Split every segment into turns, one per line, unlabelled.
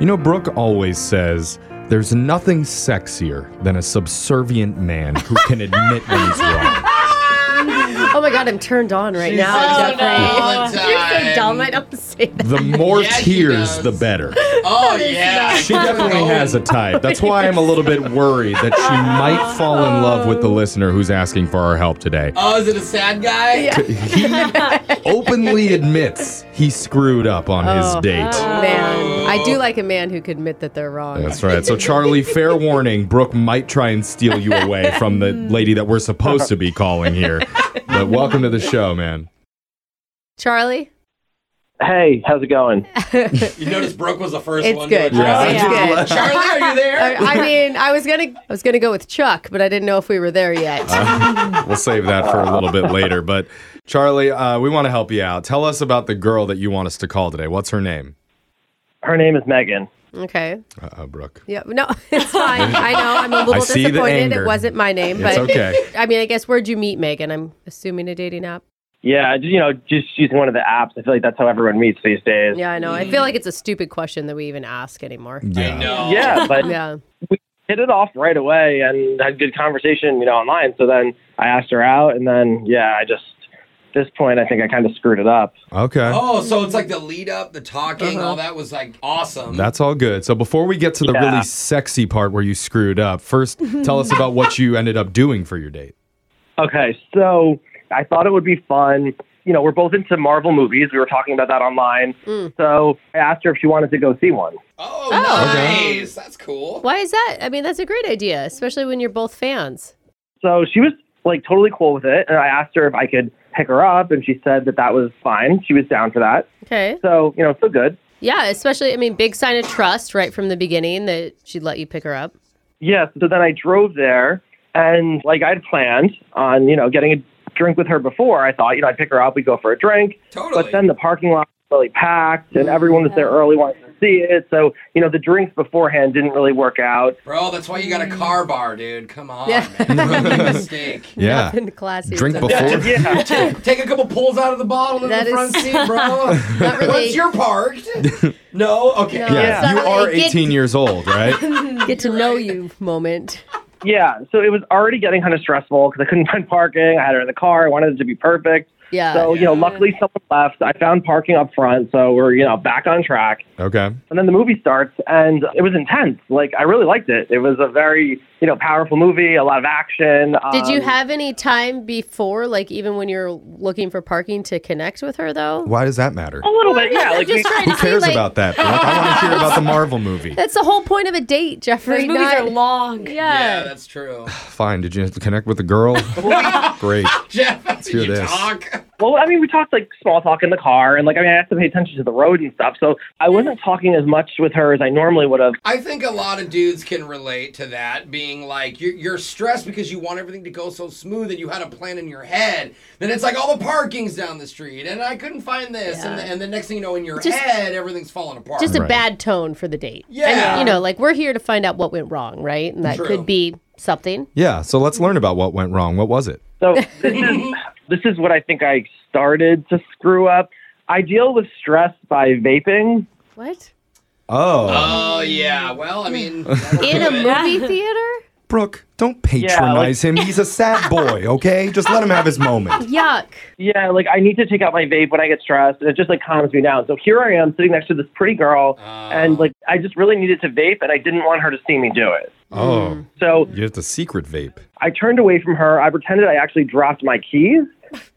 You know, Brooke always says there's nothing sexier than a subservient man who can admit when he's wrong.
Oh my god, I'm turned on right now, Jeffrey.
so dumb.
You're so dumb. I don't say that.
The more
Yeah, she
tears,
does.
the better.
Oh yeah.
She definitely has a type. That's why I'm a little bit worried that she might fall in love with the listener who's asking for our help today.
Oh, is it a sad guy?
He openly admits he screwed up on his
Oh,
date.
Oh. Man, I do like a man who could admit that they're wrong.
That's right. So, Charlie, fair warning Brooke might try and steal you away from the lady that we're supposed to be calling here. But welcome to the show, man.
Charlie,
Hey, how's it going?
You noticed Brooke was the first
it's
one.
good.
To address
It's
it.
good. Oh,
Charlie, are you there?
I I mean, I was gonna, I was gonna go with Chuck, but I didn't know if we were there yet.
Uh-huh. We'll save that for a little bit later. But, Charlie, uh, we want to help you out. Tell us about the girl that you want us to call today. What's her name?
Her name is Megan.
okay.
Uh oh, Brooke.
Yeah. No, it's fine. I know. I'm a little
I see the
disappointed.
anger.
It wasn't my name,
It's
but
okay.
I mean, I guess where'd you meet Megan? I'm assuming a dating app.
Yeah, just, you know, just using one of the apps. I feel like that's how everyone meets these days.
Yeah, I know. I feel like it's a stupid question that we even ask anymore.
I know.
Yeah, but
Yeah.
hit it off right away and had good conversation, you know, online. So then I asked her out, and then yeah, I just at this point I think I kind of screwed it up.
Okay.
Oh, so it's like the lead up, the talking,
Uh-huh.
all that was like awesome.
That's all good. So before we get to the
Yeah.
really sexy part where you screwed up, first tell us about what you ended up doing for your date.
Okay, so I thought it would be fun. You know, we're both into Marvel movies. We were talking about that online.
Mm.
So I asked her if she wanted to go see one.
oh, nice. That's cool.
Why is that? I mean, that's a great idea, especially when you're both fans.
So she was like totally cool with it, and I asked her if I could pick her up, and she said that that was fine. She was down for that.
Okay.
So you know, so good.
Yeah, especially, I mean, big sign of trust right from the beginning that she'd let you pick her up.
Yeah. So then I drove there, and like I'd planned on you know getting a drink with her before. I thought you know I'd pick her up, we'd go for a drink.
Totally.
But then the parking lot was really packed, and everyone was there early wanting to see it. So you know the drinks beforehand didn't really work out.
Bro, that's why you got a car bar, dude. Come
Mm.
on,
Yeah.
man. Big mistake.
Yeah.
Nothing classy.
Drink
It's a-
before.
Yeah.
Take, take a couple pulls out of the bottle in
That
the
is
front
so-
seat, bro.
Not really.
Once you're parked. No? Okay.
No.
Yeah.
Yeah.
You are
Get-
18 years old, right?
Get to know you moment.
Yeah. So it was already getting kind of stressful because I couldn't find parking. I had her in the car. I wanted it to be perfect.
Yeah.
So, you know, luckily someone left. I found parking up front, so we're, you know, back on track.
Okay.
And then the movie starts and it was intense. Like I really liked it. It was a very, you know, powerful movie, a lot of action.
Did you
Um,
have any time before, like even when you're looking for parking to connect with her, though?
Why does that matter?
a little bit, yeah. Oh, Like we-
Just trying to
Who cares
see, like,
about that? Brooke? I want to hear about the Marvel movie.
That's the whole point of a date, Jeffrey.
Those movies
not-
are long.
Yeah,
Yeah.
that's true.
Fine. Did you have to connect with a girl? Great.
Jeff, Let's
hear
you
this.
talk.
well, I mean, we talked like small talk in the car and like I mean I have to pay attention to the road and stuff. So I wasn't talking as much with her as I normally would have.
I think a lot of dudes can relate to that, being like, you're, you're stressed because you want everything to go so smooth and you had a plan in your head. Then it's like all the parking's down the street and I couldn't find this. And, the, and the next thing you know, in your
Just-
head, everything's falling apart.
Just a
Right.
bad tone for the date.
Yeah.
And, you know, like we're here to find out what went wrong, right? And that
True.
could be something.
Yeah. So let's learn about what went wrong. What was it?
So this is this is what I think I started to screw up. I deal with stress by vaping.
What?
Oh.
oh, yeah. Well, I mean,
In a movie theater?
Brooke, don't
Yeah, like-
patronize him. He's a sad boy, okay? Just let him have his moment.
Yuck.
Yeah, like I need to take out my vape when I get stressed, and it just like calms me down. So here I am sitting next to this pretty girl,
Ah.
and like I just really needed to vape, and I didn't want her to see me do it.
Oh.
So
You have the secret vape.
I turned away from her. I pretended I actually dropped my keys,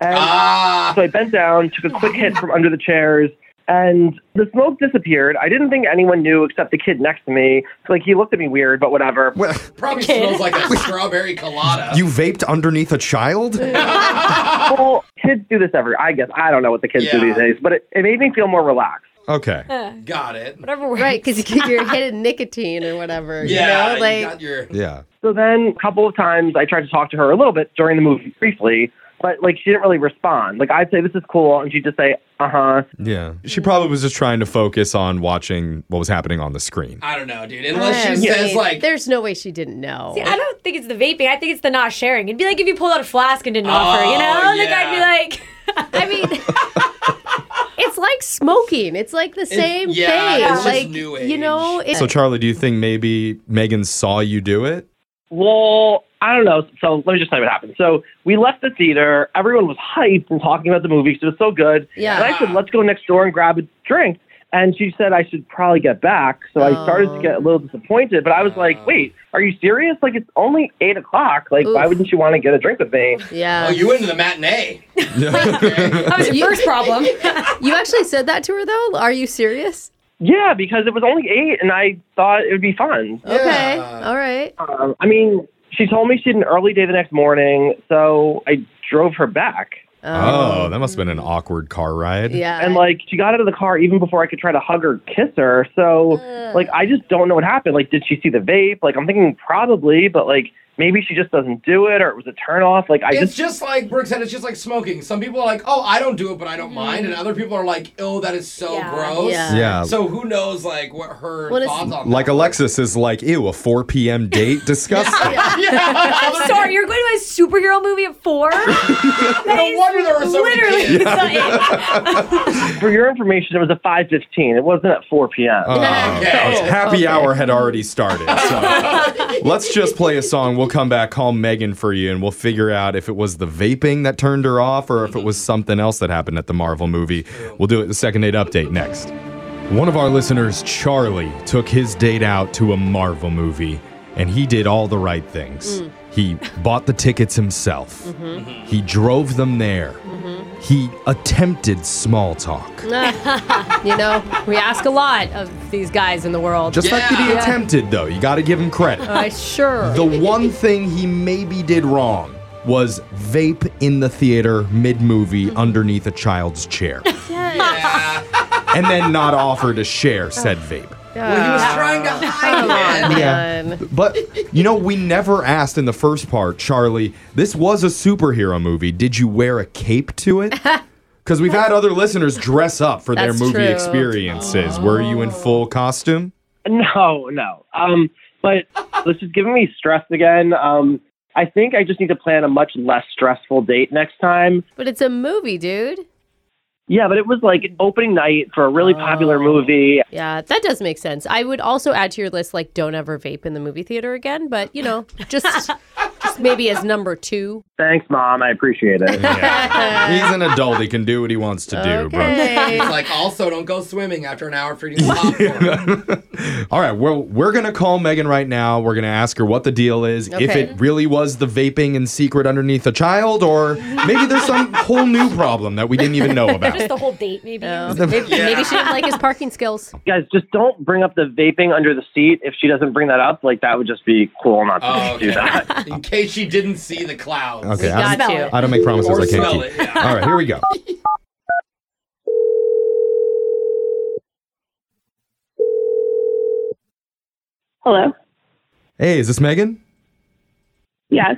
and
Ah,
so I bent down, took a quick hit from under the chairs. And the smoke disappeared. I didn't think anyone knew except the kid next to me. So, like, he looked at me weird, but whatever.
Well,
probably smells like a strawberry colada.
you vaped underneath a child?
Well, kids do this every. I guess I don't know what the kids do
Yeah.
these days, but it, it made me feel more relaxed.
Okay.
Got it.
Whatever. Works.
Right, because you get your hit of nicotine or whatever.
Yeah,
You know?
you
Like,
got your.
Yeah.
So then a couple of times I tried to talk to her a little bit during the movie briefly, but like she didn't really respond. Like I'd say this is cool and she'd just say, "Uh-huh."
Yeah. She probably was just trying to focus on watching what was happening on the screen.
I don't know, dude. Unless she
I
says
mean,
like,
there's no way she didn't know.
See, I don't think it's the vaping. I think it's the not sharing. It'd be like if you pulled out a flask and didn't offer,
Oh,
you know? Like
yeah.
I'd be like, I mean, it's
it's like smoking. It's like the same
yeah,
thing.
it's just
like
new
you know, it,
age.
So, Charlie, do you think maybe Megan saw you do it?
Well, I don't know. So let me just tell you what happened. So we left the theater. Everyone was hyped and talking about the movie 'cause it was so good.
Yeah.
And I said, let's go next door and grab a drink. And she said I should probably get back. So I started to
Oh.
get a little disappointed. But I was like, wait, are you serious? Like, it's only 8 o'clock. Like, why
Oof.
wouldn't you want to get a drink with me?
yeah.
Oh, you went to the matinee.
Oh,
That was your first problem.
You actually said that to her though? Are you serious?
Yeah, because it was only 8 and I thought it would be fun.
Okay.
Yeah.
All right.
Um, I mean, she told me she had an early day the next morning. So I drove her back.
Oh, that must have been an awkward car ride.
Um, yeah.
and like she got out of the car even before I could try to hug or kiss her. So like I just don't know what happened. Like did she see the vape? Like I'm thinking probably, but like maybe she just doesn't do it or it was a turn off. Like I
It's
just
just like Brooke said. It's just like smoking. Some people are like, "Oh, I don't do it, but I don't mind," and other people are like, "Oh, that is so
Yeah.
gross."
Yeah.
Yeah.
So who knows, like, what her
What is-
thoughts on
like
that.
Alexis is like, ew, a 4 p.m. date? Disgusting.
yeah.
I'm sorry, you're going to a superhero movie at four?
No wonder there were so many
Literally.
kids.
for your information, it was a five fifteen. It wasn't at four p.m.
Oh,
Okay.
gosh. Happy hour had already started. So let's just play a song. We'll come back, call Megan for you, and we'll figure out if it was the vaping that turned her off or if it was something else that happened at the Marvel movie. We'll do it the second date update next. One of our listeners, Charlie, took his date out to a Marvel movie, and he did all the right things.
Mm.
He bought the tickets himself.
Mm-hmm.
He drove them there. He attempted small talk.
you know, we ask a lot of these guys in the world.
Just like that he
Yeah.
attempted, though. You got to give him credit.
I sure.
The one thing he maybe did wrong was vape in the theater mid movie underneath a child's chair
Yeah.
and then not offer to share said vape.
Well, he was trying to hide it.
Yeah.
Um,
But you know, we never asked in the first part, Charlie, this was a superhero movie. Did you wear a cape to it? Because we've had other listeners dress up for their
That's
movie
true.
experiences. Were you in full costume?
No, no. Um, but this is giving me stress again. Um, I think I just need to plan a much less stressful date next time.
But it's a movie, dude.
Yeah, but it was like opening night for a really popular movie.
Yeah, that does make sense. I would also add to your list like don't ever vape in the movie theater again, but you know, just just maybe as number 2.
Thanks, mom. I appreciate it.
Yeah. He's an adult. He can do what he wants to do, bro.
It's like, also, don't go swimming after an hour for eating popcorn.
All right, well, we're going to call Megan right now. We're going to ask her what the deal is. If
Okay.
it really was the vaping in secret underneath a child, or maybe there's some whole new problem that we didn't even know about.
Just the whole date, maybe.
Maybe, maybe she didn't like his parking skills.
guys, just don't bring up the vaping under the seat. If she doesn't bring that up, like that would just be cool not to
Oh,
do that.
okay. In case she didn't see the clouds.
Okay, I
Got
don't,
Smell
you.
it.
I don't make promises
Or
I can't
smell
keep.
it. Yeah.
All right, here we go.
Hello.
Hey, is this Megan?
Yes.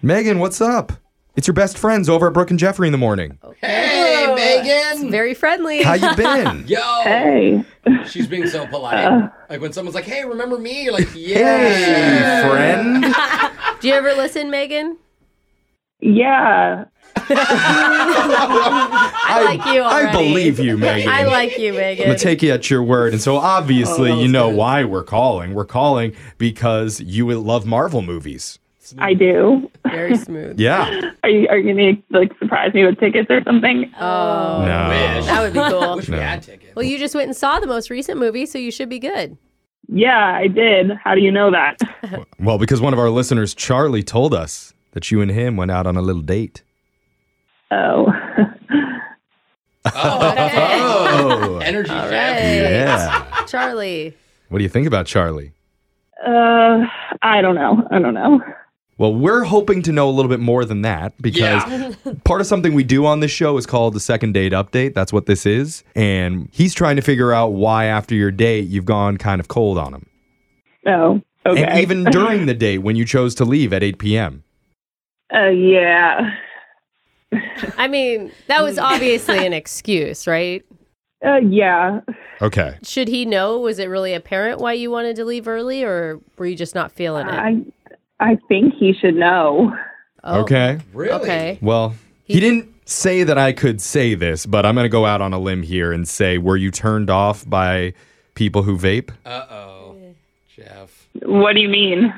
Megan, what's up? It's your best friends over at Brooke and Jeffrey in the morning.
Hey, Megan.
Very friendly.
How you been?
Yo.
Hey.
She's being so polite. like when someone's like, "Hey, remember me?" You're like,
Hey,
"Yeah."
friend.
Do you ever listen, Megan?
Yeah.
I like you already.
I believe you, Megan.
I like you, Megan.
I'm gonna take you at your word. And so obviously
Oh,
you know why we're calling. We're calling because you love Marvel movies.
I do.
Very smooth.
Yeah.
Are you are you gonna like surprise me with tickets or something?
Oh,
No.
Wish.
that would be cool.
Wish we had tickets.
Well, you just went and saw the most recent movie, so you should be good.
Yeah, I did. How do you know that?
Well, because one of our listeners, Charlie, told us that you and him went out on a little date.
Oh.
oh,
Oh.
energy. champ.
Hey,
yeah.
Charlie.
What do you think about Charlie?
Uh I don't know. I don't know.
Well, we're hoping to know a little bit more than that because part of something we do on this show is called the second date update. That's what this is. And he's trying to figure out why after your date you've gone kind of cold on him.
Oh. Okay.
And even during the date when you chose to leave at 8 p.m.
uh, yeah.
I mean, that was obviously an excuse, right?
Uh, yeah.
Okay.
Should he know? Was it really apparent why you wanted to leave early, or were you just not feeling it?
I I think he should know.
Oh,
Okay.
Really?
Okay.
Well, he, didn't say that I could say this, but I'm going to go out on a limb here and say, were you turned off by people who vape?
Uh oh, Jeff.
What do you mean?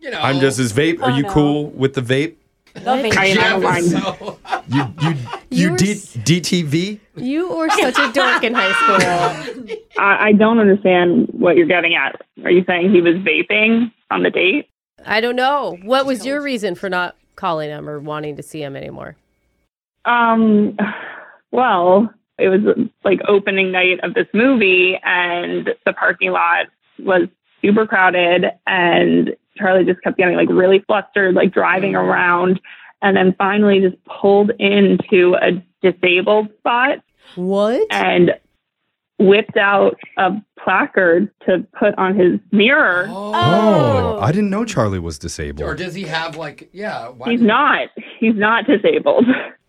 You know,
I'm just as vape. Are you cool with the vape?
I, I don't
Jeff is
mind.
so.
You you
You
you
were
D,
s-
DTV?
You were such a dork in high school.
I, I don't understand what you're getting at. Are you saying he was vaping on the date?
I don't know. What was your reason for not calling him or wanting to see him anymore?
Um, well, it was like opening night of this movie, and the parking lot was super crowded, and Charlie just kept getting like really flustered, like driving around, and then finally just pulled into a disabled spot
What?
and whipped out a placard to put on his mirror.
Oh, I didn't know Charlie was
Oh. Or
disabled.
does he have like yeah? Why
He's
did-
not. He's not disabled.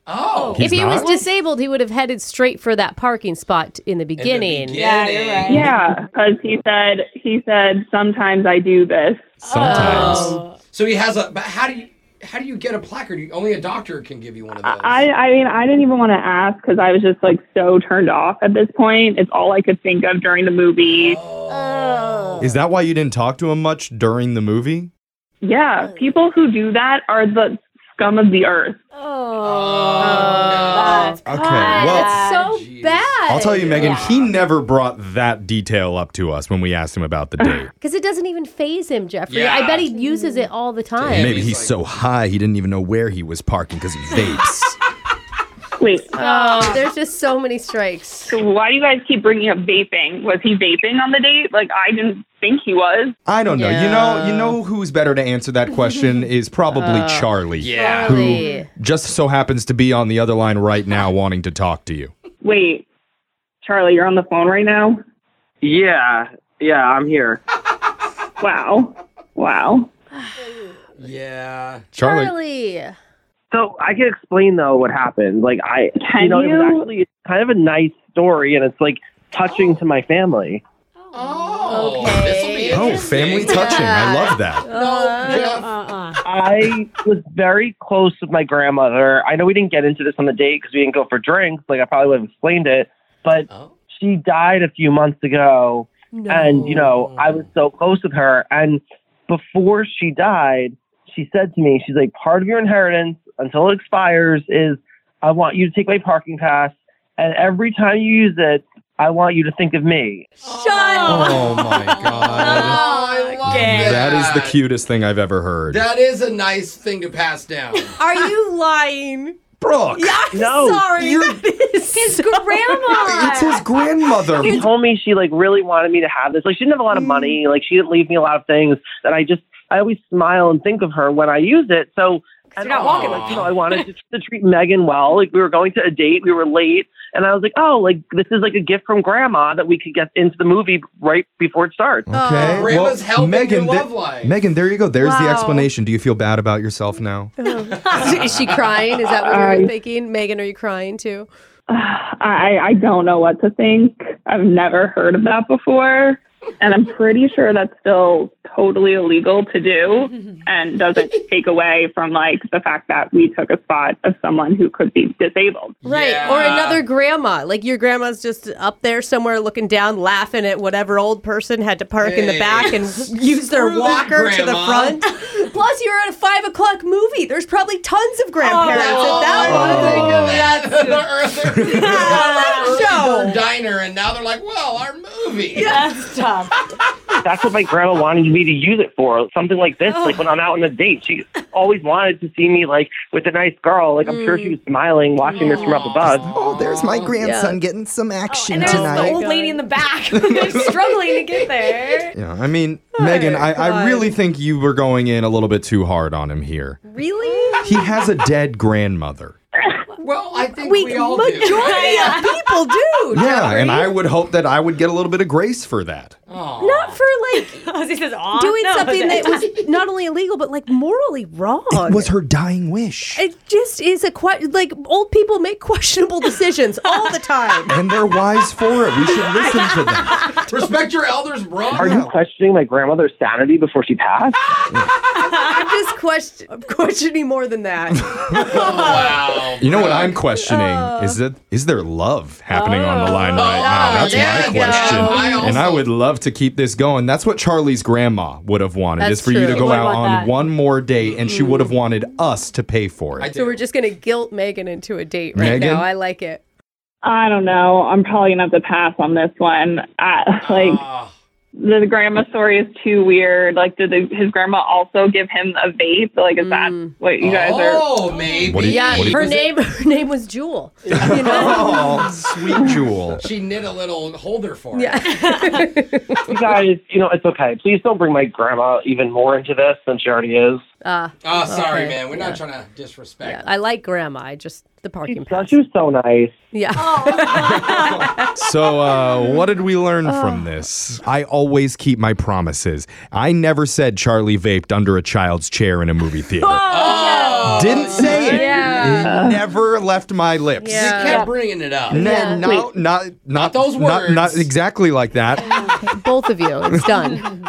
Oh,
He's
if he was
not?
disabled, he would have headed straight for that parking spot in the
in the
beginning.
Yeah, you're
beginning.
right.
Yeah, because he said he said sometimes I do this.
Sometimes.
Um,
So he has a. But how do you how do you get a placard? You, only a doctor can give you one of those.
I, I mean, I didn't even want to ask because I was just like so turned off at this point. It's all I could think of during the movie.
Is that why you didn't talk to him much during the movie?
Yeah, people who do that are the scum of the earth.
Oh,
Okay. Well,
That's so
Jeez.
bad.
I'll tell you, Megan, he never brought that detail up to us when we asked him about the date.
Because it doesn't even phase him, Jeffrey.
Yeah.
I bet he uses it all the time.
Maybe
he's
he's
like-
so high he didn't even know where he was parking because he vapes.
Wait,
Oh, there's just so many strikes.
so why do you guys keep bringing up vaping? Was he vaping on the date? Like, I didn't think he was.
I don't know. You know, you know who's better to answer that question is probably Charlie.
Yeah.
Who
Charlie.
just so happens to be on the other line right now wanting to talk to you.
Wait, Charlie, you're on the phone right now.
Yeah, yeah, I'm here.
Wow, wow.
yeah.
Charlie.
Charlie.
So I can explain though what happened. Like I,
Can
you know, it
you?
was actually kind of a nice story, and it's like touching to my family.
Oh,
Okay.
this will be
Oh,
interesting.
family touching. I love that.
No, Jeff.
I was very close with my grandmother. I know we didn't get into this on the date because we didn't go for drinks. Like I probably would have explained it, but
Oh.
she died a few months ago, and you know I was so close with her. And before she died, she said to me, "She's like, part of your inheritance until it expires is I want you to take my parking pass, and every time you use it, I want you to think of me."
Shut up.
Oh my god.
Oh, I love that.
That is the cutest thing I've ever heard.
That is a nice thing to pass down.
Are you lying?
Brooke.
I'm
No,
sorry. His grandma.
It's his grandmother.
She told me she like really wanted me to have this. Like she didn't have a lot
Mm.
of money. Like she didn't leave me a lot of things. And I just I always smile and think of her when I use it. So and
you're not
also,
walking
like, you know, I wanted to, to treat Megan well. Like we were going to a date, we were late, and I was like, oh, like this is like a gift from Grandma that we could get into the movie right before it starts.
Okay.
Oh.
Grandma's helping
Megan,
your
the-
love life.
Megan, there you go. There's the
Wow.
explanation. Do you feel bad about yourself now?
is she crying? Is that what you were
I-
thinking? Megan, are you crying too?
I, I don't know what to think. I've never heard of that before. And I'm pretty sure that's still totally illegal to do and doesn't take away from like the fact that we took a spot of someone who could be disabled.
Right.
Yeah.
Or another grandma. Like your grandma's just up there somewhere looking down, laughing at whatever old person had to park in the
Hey,
back and use their
screw that
walker to the
grandma.
front. Plus, you're at a five o'clock movie. There's probably tons of grandparents at that
Oh,
one.
think of that. the earlier-
show.
Burn diner, and now they're like, well, our movie.
That's tough.
That's what my grandma wanted me to use it for. Something like this. Like when I'm out on a date, she always wanted to see me like with a nice girl. Like I'm sure
Mm.
she was smiling watching this from up above.
Oh, there's my grandson getting
Oh,
some action
And there's
tonight.
the old lady in the back struggling to get there.
Yeah. I mean, Megan, I, I really think you were going in a little bit too hard on him here.
Really?
He has a dead grandmother.
Well, I think
We,
we, all do.
majority of people do.
Yeah, and I would hope that I would get a little bit of grace for that.
Aw.
Not for like
Ozzy says, "Aw."
doing
No,
something
Jose.
that was not only illegal but like morally wrong.
It was her dying wish.
It just is a que- like old people make questionable decisions all the time.
And they're wise for it. We should listen to them.
Respect your elders, bro.
Are you questioning my grandmother's sanity before she passed?
was question, questioning more than that.
wow.
You know what I'm questioning
Oh.
is that is there love happening on the line right now? That's
there
my
you go.
question,
I also-
and I would love to keep this going. That's what Charlie's grandma would have wanted
That's
is for
true.
you to
She
go
would
out
want
on
that.
one more date, and she would
Mm-hmm.
have wanted us to pay for
I
it.
So
do.
we're just gonna guilt Megan into a date right
Megan?
now. I like it.
I don't know. I'm probably gonna have to pass on this one. I, like
Ah,
the grandma story is too weird. Like, did the, his grandma also give him a vape? Like, is that what you guys are?
oh, maybe.
What do you-
Yeah,
what do you-
her name her name was Jewel. You know?
Oh, sweet jewel.
She knit a little holder for it.
yeah.
You guys, you know, it's okay. Please don't bring my grandma even more into this than she already is.
Uh,
Oh, sorry,
Okay,
man. We're
yeah.
not trying to
yeah,
disrespect.
I like grandma. I just the parking pass.
She was so nice.
Yeah.
So, uh, what did we learn
Oh.
from this? I always keep my promises. I never said Charlie vaped under a child's chair in a movie theater.
Oh,
Didn't say it.
Yeah.
It Never left my lips.
You
Yeah.
kept bringing it up.
No,
Yeah.
no, not, not
those
Not, not
words.
exactly like that.
Both of you. It's done.